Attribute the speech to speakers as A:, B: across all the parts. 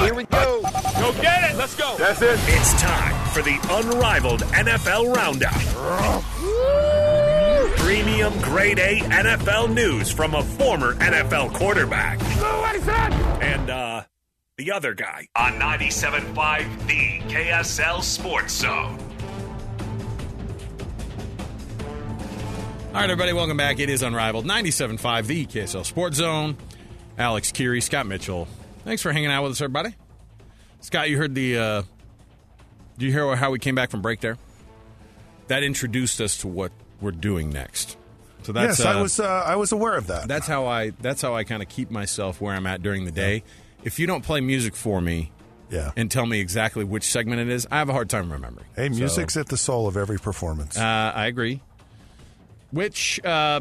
A: Here we go.
B: Go get it. Let's go.
A: That's it.
C: It's time for the unrivaled NFL Roundup. Premium grade A NFL news from a former NFL quarterback. And, uh, the other guy. On 97.5, the KSL Sports Zone.
D: All right, everybody, welcome back. It is Unrivaled 97.5, the KSL Sports Zone. Alex Curie, Scott Mitchell. Thanks for hanging out with us, everybody. Scott, you heard the. Uh, do you hear how we came back from break there? That introduced us to what we're doing next. So that's
E: yes,
D: uh,
E: I was. Uh, I was aware of that.
D: that's how I that's how I kind of keep myself where I'm at during the day. If you don't play music for me
E: yeah.
D: and tell me exactly which segment it is, I have a hard time remembering.
E: hey,
D: So-
E: music's at the soul of every performance.
D: uh, I agree. Which uh,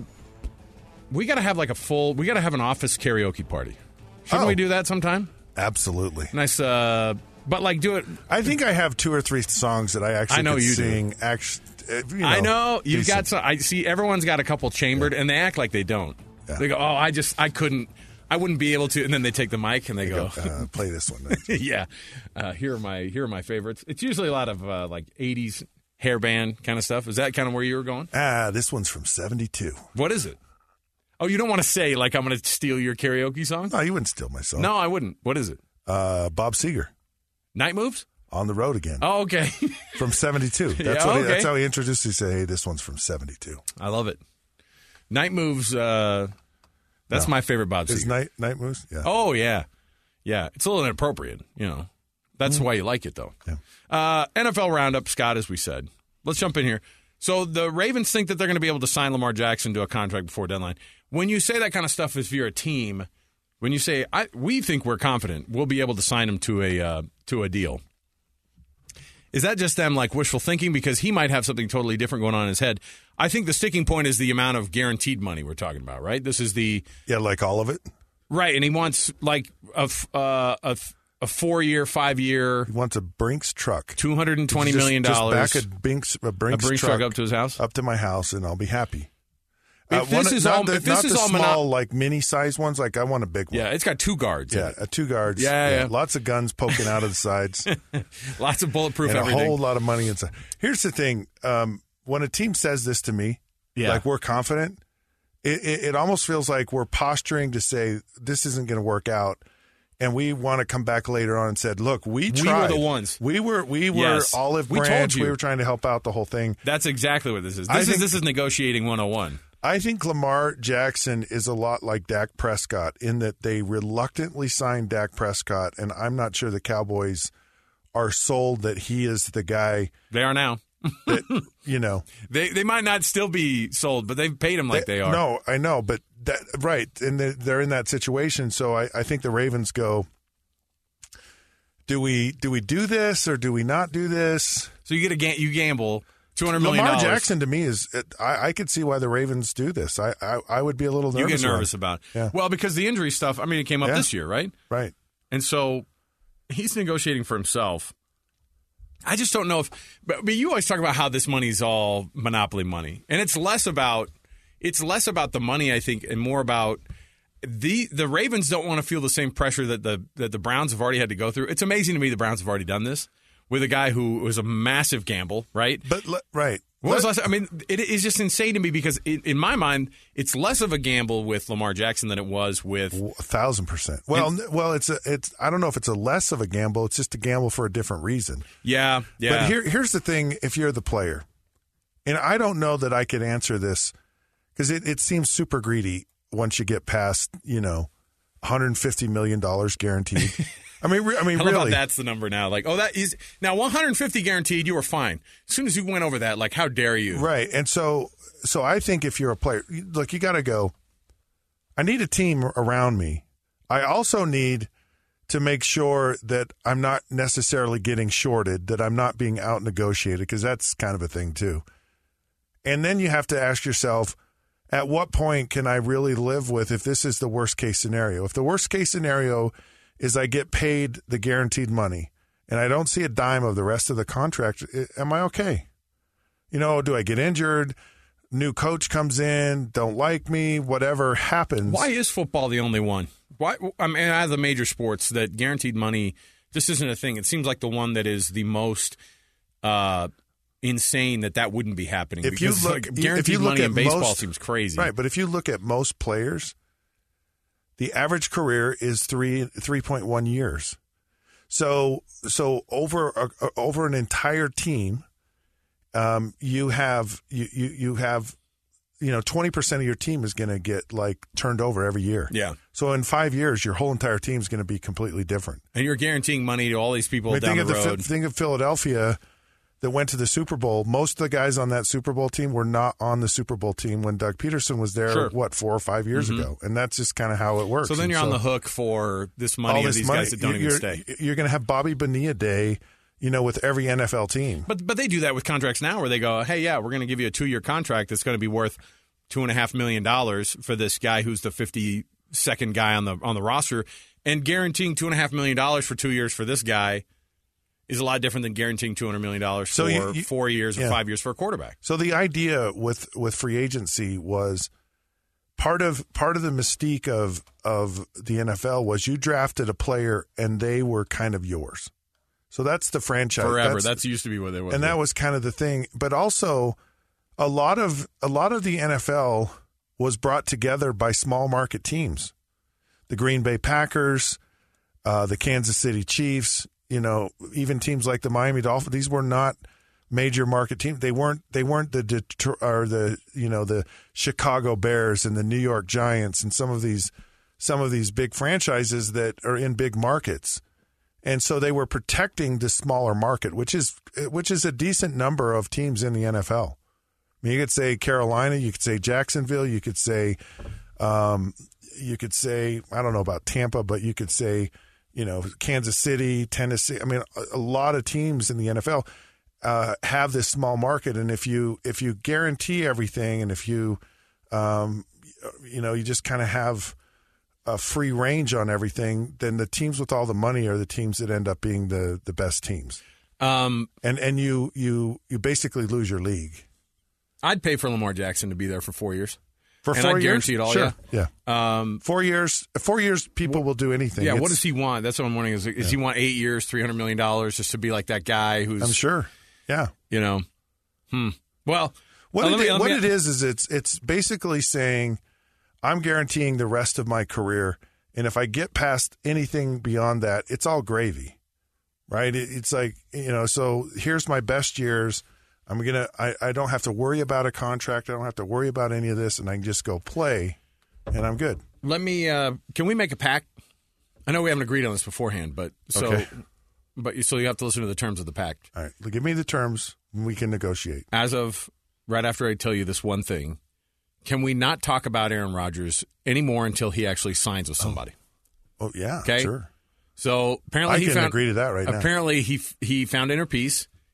D: we got to have like a full. We got to have an office karaoke party. Shouldn't
E: Oh.
D: we do that sometime?
E: Absolutely.
D: Nice. Uh, but like, do it.
E: I think I have two or three songs that I actually
D: I know
E: could
D: you do.
E: sing. Actually, you know,
D: I know you've got
E: decent.
D: some. I see everyone's got a couple chambered, and they act like they don't.
E: Yeah.
D: They go, "Oh, I just I couldn't, I wouldn't be able to." And then they take the mic and they, go,
E: Uh, play this one.
D: "Yeah, uh, here are my here are my favorites." It's usually a lot of uh, like '80s hair band kind of stuff. Is that kind of where you were going?
E: ah, this one's from '72.
D: What is it? Oh, you don't want to say like I'm going to steal your karaoke song?
E: No, you wouldn't steal my song.
D: No, I wouldn't. What is it?
E: Uh, Bob Seger
D: Night moves?
E: on the road again
D: Oh, okay.
E: from '72. That's
D: Yeah,
E: what. He,
D: okay.
E: that's how he introduced. He said, "Hey, this one's from '72."
D: I love it. Night moves. Uh, that's my favorite Bob
E: Is
D: Seger.
E: night night moves? Yeah.
D: oh yeah, yeah. It's a little inappropriate, you know. That's why you like it though.
E: Mm-hmm.
D: Uh,
E: Yeah.
D: NFL roundup, Scott. As we said, let's jump in here. So the Ravens think that they're going to be able to sign Lamar Jackson to a contract before deadline. When you say that kind of stuff, if you're a team, when you say I, we think we're confident we'll be able to sign him to a uh, to a deal, Is that just them like wishful thinking? Because he might have something totally different going on in his head. I think the sticking point is the amount of guaranteed money we're talking about, right? This is the
E: Yeah, like all of it.
D: right, and he wants like a f- uh, a, f- a four year, five year,
E: He wants a Brinks truck.
D: two hundred and twenty
E: Just-
D: million
E: just
D: dollars.
E: back a Brinks, a
D: A
E: Brinks,
D: Brinks truck up to his house.
E: up to my house and I'll be happy.
D: If this is
E: not
D: all-
E: the,
D: if this
E: not
D: is
E: the
D: all mono-
E: small, like mini size ones. Like I want a big one.
D: Yeah, it's got two guards. in
E: yeah, a two guards.
D: Yeah, yeah.
E: lots of guns poking out of the sides
D: it. lots of bulletproof
E: and a
D: everything.
E: whole lot of money inside. Here's the thing: um, when a team says this to me,
D: Yeah.
E: like we're confident, it, it, it almost feels like we're posturing to say this isn't going to work out. And we want to come back later on and said, "Look, we
D: were
E: tried.
D: the ones.
E: We were we were
D: Yes.
E: olive
D: We told
E: branch.
D: you.
E: we were trying to help out the whole thing.
D: That's exactly what this is.
E: I
D: This is
E: think-
D: this is negotiating one hundred and one.
E: I think Lamar Jackson is a lot like Dak Prescott in that they reluctantly signed Dak Prescott, and I'm not sure the Cowboys are sold that he is the guy.
D: They are now.
E: That, you know,
D: They they might not still be sold, but they've paid him like they, are.
E: No, I know, but that right, and they're, they're in that situation. So I, I think the Ravens go. Do we do we do this or do we not do this?
D: So you get a ga- you gamble two hundred million
E: Lamar
D: dollars.
E: Jackson to me is I, I could see why the Ravens do this. I I, I would be a little
D: you
E: nervous.
D: get
E: around-
D: nervous about. it.
E: Yeah.
D: Well, because the injury stuff, I mean, it came up
E: Yeah.
D: this year, right?
E: right?
D: And so he's negotiating for himself. I just don't know if. But, but you always talk about how this money's all monopoly money, and it's less about it's less about the money, I think, and more about the the Ravens don't want to feel the same pressure that the that the Browns have already had to go through. It's amazing to me the Browns have already done this with a guy who was a massive gamble, right?
E: But le- right,
D: What was
E: Let-
D: last? I mean, it is just insane to me because in in my mind, it's less of a gamble with Lamar Jackson than it was with
E: W- a thousand percent. Well, n- well, it's a, it's. I don't know if it's a less of a gamble. It's just a gamble for a different reason.
D: yeah, yeah.
E: But here, here's the thing: if you're the player, and I don't know that I could answer this because it, it seems super greedy once you get past you know, 150 million dollars guaranteed. I mean, re- I mean,
D: I love
E: really,
D: how that's the number now. Like, oh, that is now 150 guaranteed. You were fine. As soon as you went over that, like, how dare you?
E: Right. And so so I think if you're a player, you- look, you got to go I need a team around me. I also need to make sure that I'm not necessarily getting shorted, that I'm not being out negotiated because that's kind of a thing too. And then you have to ask yourself at what point can I really live with if this is the worst case scenario? If the worst case scenario is I get paid the guaranteed money and I don't see a dime of the rest of the contract, i- am I okay? you know, do I get injured? New coach comes in, don't like me, whatever happens.
D: Why is football the only one? Why? I mean, out of the major sports, that guaranteed money just isn't a thing. It seems like the one that is the most uh, insane that that wouldn't be happening.
E: If you
D: because,
E: look-
D: like,
E: if you
D: guaranteed
E: look
D: money
E: at
D: in baseball
E: most-
D: seems crazy.
E: Right, but if you look at most players, the average career is three three point one years. So so over a, over an entire team, um, you have you you, you have you know twenty percent of your team is going to get like turned over every year.
D: Yeah.
E: So in five years, your whole entire team is going to be completely different.
D: And you're guaranteeing money to all these people
E: I mean,
D: down
E: think
D: the
E: of
D: road.
E: Phil- think of Philadelphia that went to the Super Bowl. Most of the guys on that Super Bowl team were not on the Super Bowl team when Doug Peterson was there.
D: Sure. Mm-hmm.
E: What four or five years ago, and that's just kind of how it works.
D: so then
E: And
D: you're on the hook for this money
E: all
D: of
E: this
D: these
E: money,
D: guys that don't
E: you-
D: even
E: you're,
D: stay.
E: You're going to have Bobby Bonilla Day, you know, with every NFL team.
D: But but they do that with contracts now, where they go, hey, yeah, we're going to give you a two year contract that's going to be worth two and a half million dollars for this guy who's the fifty second guy on the on the roster, and guaranteeing two and a half million dollars for two years for this guy is a lot different than guaranteeing two hundred million dollars
E: So
D: for
E: you- you-
D: four years or
E: yeah.
D: five years for a quarterback.
E: So the idea with with free agency was part of part of the mystique of of the NFL was you drafted a player and they were kind of yours. So that's the franchise
D: Forever. That's, used to be what they were.
E: and that was kind of the thing. But also, a lot of a lot of the NFL was brought together by small market teams, the Green Bay Packers, uh, the Kansas City Chiefs. You know, even teams like the Miami Dolphins. These were not major market teams. They weren't. They weren't the Detroit, or the you know the Chicago Bears and the New York Giants and some of these some of these big franchises that are in big markets and so they were protecting the smaller market, which is which is a decent number of teams in the NFL. I mean, you could say Carolina, you could say Jacksonville, you could say, um, you could say I don't know about Tampa, but you could say, you know, Kansas City, Tennessee. I mean, a, a lot of teams in the NFL uh, have this small market, and if you if you guarantee everything, and if you, um, you know, you just kind of have a free range on everything, then the teams with all the money are the teams that end up being the the best teams.
D: um,
E: And and you you you basically lose your league
D: I'd pay for Lamar Jackson to be there for four years.
E: for
D: And
E: four
D: I'd
E: years.
D: guarantee it all,
E: sure. yeah,
D: Um,
E: Four years. Four years. People will do anything.
D: yeah, what
E: It's-
D: does he want? That's what I'm wondering. Is, is he want eight years, three hundred million dollars, just to be like that guy who's
E: I'm sure. Yeah.
D: you know. Hmm. Well,
E: What
D: uh,
E: it,
D: let me- let
E: what
D: me-
E: it is is it's it's basically saying, I'm guaranteeing the rest of my career, and if I get past anything beyond that, it's all gravy, right? It, it's like you know, so here's my best years. I'm gonna. I, I don't have to worry about a contract. I don't have to worry about any of this, and I can just go play, and I'm good.
D: Let me. Uh, can we make a pact? I know we haven't agreed on this beforehand, but so,
E: Okay.
D: but you- so you have to listen to the terms of the pact.
E: All right, give me the terms, and we can negotiate.
D: As of right after I tell you this one thing, can we not talk about Aaron Rodgers anymore until he actually signs with somebody?
E: Oh yeah,
D: Okay.
E: sure.
D: So apparently
E: I
D: he
E: can
D: found,
E: agree to that right now.
D: Apparently he f- he found inner peace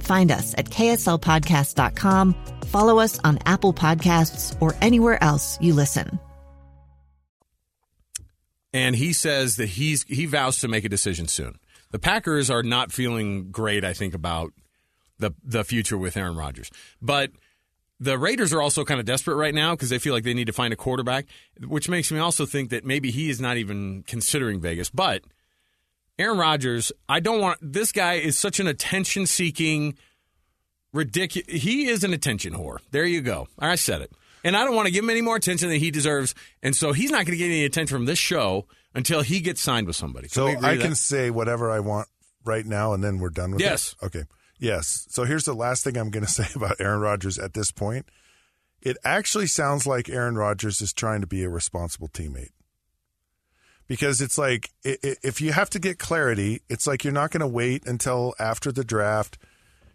F: Find us at kslpodcast.com, follow us on Apple Podcasts, or anywhere else you listen.
D: and he says that he's he vows to make a decision soon. The Packers are not feeling great, I think, about the the future with Aaron Rodgers, but. The Raiders are also kind of desperate right now because they feel like they need to find a quarterback, which makes me also think that maybe he is not even considering Vegas. But Aaron Rodgers, I don't want this guy is such an attention seeking, ridiculous. He is an attention whore. There you go. I said it. And I don't want to give him any more attention than he deserves. And so he's not going to get any attention from this show until he gets signed with somebody. Can
E: So
D: we agree
E: I
D: to
E: can
D: that?
E: say whatever I want right now, and then we're done with
D: Yes.
E: it? Okay. Yes. So here's the last thing I'm going to say about Aaron Rodgers at this point. It actually sounds like Aaron Rodgers is trying to be a responsible teammate. Because it's like, i- i- if you have to get clarity, it's like you're not going to wait until after the draft.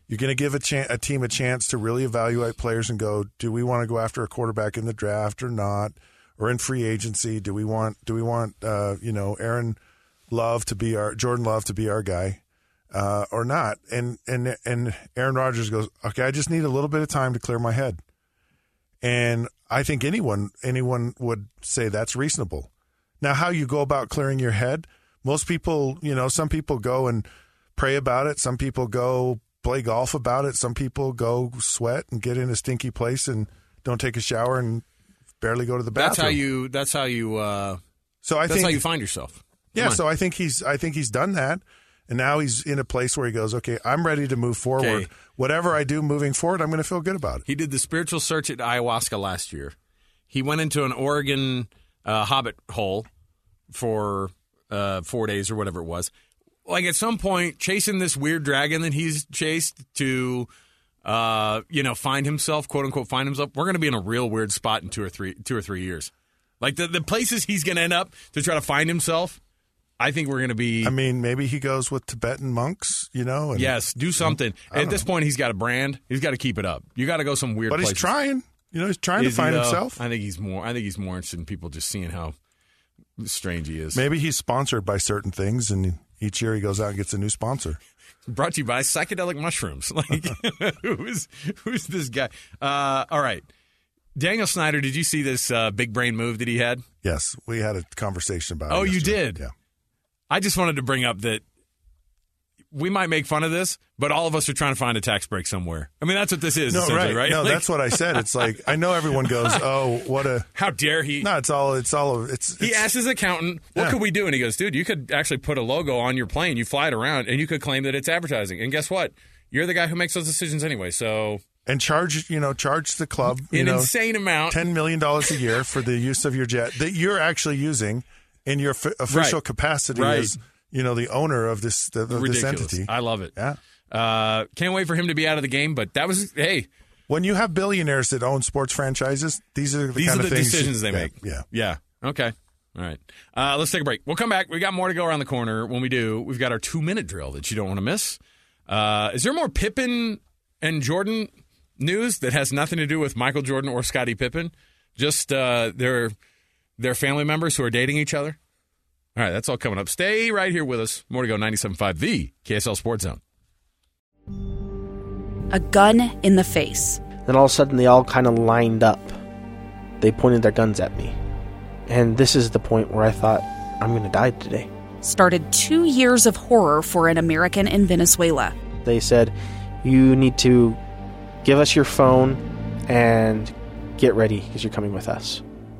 E: You're going to give a, chan- a team a chance to really evaluate players and go, do we want to go after a quarterback in the draft or not, or in free agency? Do we want do we want uh, you know Aaron Love to be our Jordan Love to be our guy uh, or not? And and and Aaron Rodgers goes, okay, I just need a little bit of time to clear my head, and I think anyone anyone would say that's reasonable. Now, how you go about clearing your head, most people, you know, some people go and pray about it. Some people go play golf about it. Some people go sweat and get in a stinky place and don't take a shower and barely go to the bathroom.
D: That's how you. That's how you. Uh,
E: So I
D: that's
E: think-
D: how you find yourself.
E: yeah, so I think he's I think he's done that. And now he's in a place where he goes, okay, I'm ready to move forward.
D: Okay.
E: Whatever I do moving forward, I'm going to feel good about it.
D: He did the spiritual search at ayahuasca last year. He went into an Oregon uh, hobbit hole for uh, four days or whatever it was. Like at some point, chasing this weird dragon that he's chased to, uh, you know, find himself, quote unquote, find himself. We're going to be in a real weird spot in two or three, two or three years. Like the the places he's going to end up to try to find himself. I think we're going to be.
E: I mean, maybe he goes with Tibetan monks, you know? And,
D: yes, do something.
E: I
D: At this point, he's got a brand. He's got to keep it up. You got to go some weird.
E: But he's
D: places.
E: trying. You know, he's trying
D: Is
E: to
D: he,
E: find
D: though?
E: himself.
D: I think he's more. I think he's more interested in people just seeing how strange he is.
E: Maybe he's sponsored by certain things, and each year he goes out and gets a new sponsor.
D: Brought to you by psychedelic mushrooms. Like who's who's this guy? Uh, all right, Daniel Snyder. Did you see this uh, big brain move that he had?
E: Yes, we had a conversation about.
D: Oh,
E: it
D: you
E: yesterday.
D: did?
E: Yeah.
D: I just wanted to bring up that we might make fun of this, but all of us are trying to find a tax break somewhere. I mean, that's what this is.
E: No,
D: essentially,
E: right?
D: right.
E: No,
D: Like,
E: that's what I said. It's like I know everyone goes, "Oh, what a."
D: How dare he?
E: No, it's all. It's all. It's.
D: He
E: it's-
D: asked his accountant, "What
E: Yeah.
D: could we do?" And he goes, "Dude, you could actually put a logo on your plane. You fly it around, and you could claim that it's advertising. And guess what? You're the guy who makes those decisions anyway. So
E: and charge you know charge the club you
D: an
E: know
D: insane amount.
E: ten million dollars a year for the use of your jet that you're actually using in your f- official
D: Right.
E: capacity
D: Right.
E: as you know the owner of this the, of this
D: Ridiculous.
E: entity.
D: I love it.
E: yeah.
D: Uh, can't wait for him to be out of the game. But that was hey,
E: When you have billionaires that own sports franchises, these are the
D: these
E: kind
D: are
E: of
D: the
E: things
D: decisions they
E: yeah,
D: make.
E: Yeah.
D: yeah. Okay, all right. Uh, let's take a break. We'll come back. We got more to go around the corner. When we do, we've got our two minute drill that you don't want to miss. Uh, is there more Pippen and Jordan news that has nothing to do with Michael Jordan or Scottie Pippen? Just uh, their their family members who are dating each other. All right, that's all coming up. Stay right here with us. More to go. 97.5, the KSL Sports Zone.
G: A gun in the face.
H: Then all of a sudden, they all kind of lined up. They pointed their guns at me. And this is the point where I thought, I'm going to die today.
G: Started two years of horror for an American in Venezuela.
H: They said, You need to give us your phone and get ready because you're coming with us.